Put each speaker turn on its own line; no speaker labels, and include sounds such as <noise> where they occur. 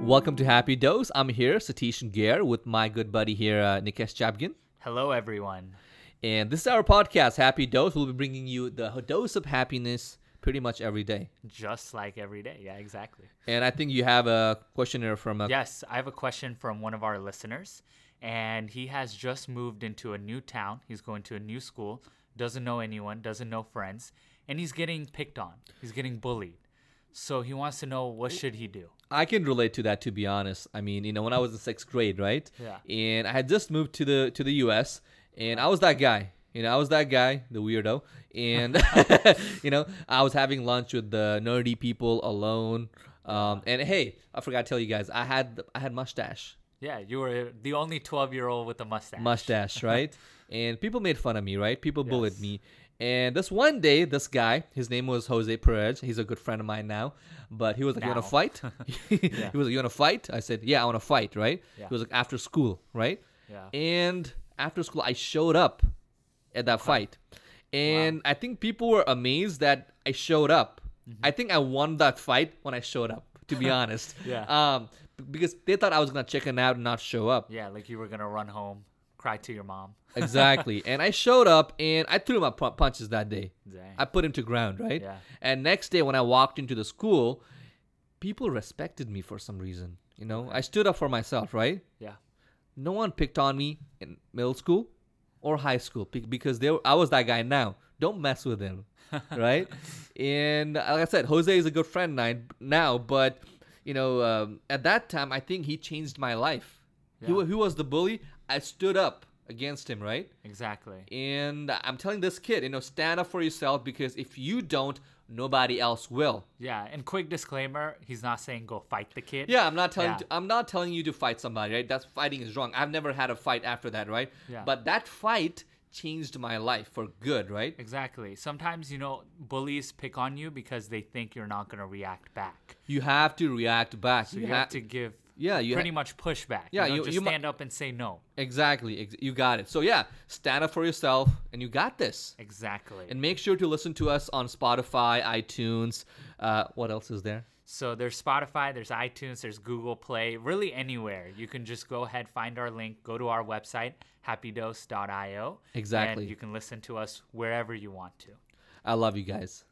Welcome to Happy Dose. I'm here, Satish Gair, with my good buddy here, uh, Nikesh Chapkin.
Hello, everyone.
And this is our podcast, Happy Dose. We'll be bringing you the dose of happiness pretty much every day.
Just like every day. Yeah, exactly.
And I think you have a questionnaire from uh, a.
Yes, I have a question from one of our listeners, and he has just moved into a new town. He's going to a new school, doesn't know anyone, doesn't know friends, and he's getting picked on. He's getting bullied. So he wants to know what should he do?
I can relate to that, to be honest. I mean, you know, when I was in sixth grade, right?
Yeah.
And I had just moved to the to the U.S. and I was that guy. You know, I was that guy, the weirdo, and <laughs> you know, I was having lunch with the nerdy people alone. Um, and hey, I forgot to tell you guys, I had I had mustache,
Yeah, you were the only 12 year old with a mustache. <laughs>
mustache, right? and people made fun of me, right? People bullied
Yes.
me. And this one day, this guy, his name was Jose Perez. He's a good friend of mine now. But he was like, "You want
Now.
to fight?"
<laughs>
<laughs> He was like, "You want to fight?" I said, "Yeah, I want to fight." Right?
Yeah.
He was like, "After school, right?"
Yeah.
And after school, I showed up at that fight, and I think people were amazed that I showed up.
Mm-hmm.
I think I won that fight when I showed up. To
<laughs>
be honest,
Yeah.
Um, b- because they thought I was gonna chicken out and not show up.
Yeah, like you were going to run home, cry to your mom.
Exactly. and I showed up and I threw my pu- punches that day.
Dang.
I put him to ground, right?
Yeah.
And next day when I walked into the school, people respected me for some reason. You know, I stood up for myself, right?
yeah.
No one picked on me in middle school or high school be- because they were, I was that guy now. Don't mess with
<laughs>
him, right? and uh, like I said, Jose is a good friend ni- now, but you know, um, at that time, I think he changed my life. He,
Yeah.
wa- he was the bully. I stood up against him, right?
Exactly.
And I'm telling this kid, you know, stand up for yourself because if you don't, nobody else will.
Yeah, and quick disclaimer, he's not saying go fight the kid.
Yeah, I'm not telling
Yeah.
I'm not telling you to fight somebody, right? That's fighting is wrong. I've never had a fight after that, right?
Yeah.
But that fight changed my life for good, right?
Exactly. Sometimes, you know, bullies pick on you because they think you're not going to react back.
You have to react back.
So you have
ha-
to give
Yeah, you ha-
pretty much pushback.
Yeah,
you, know,
you-
just
you mu-
stand up and say no.
Exactly. Ex- you got it. So yeah, stand up for yourself and you got this.
Exactly.
And make sure to listen to us on Spotify, iTunes, uh, what else is there?
so there's Spotify, there's iTunes, there's Google Play, really anywhere. You can just go ahead, find our link, go to our website, happydose.io.
Exactly.
And you can listen to us wherever you want to.
I love you guys.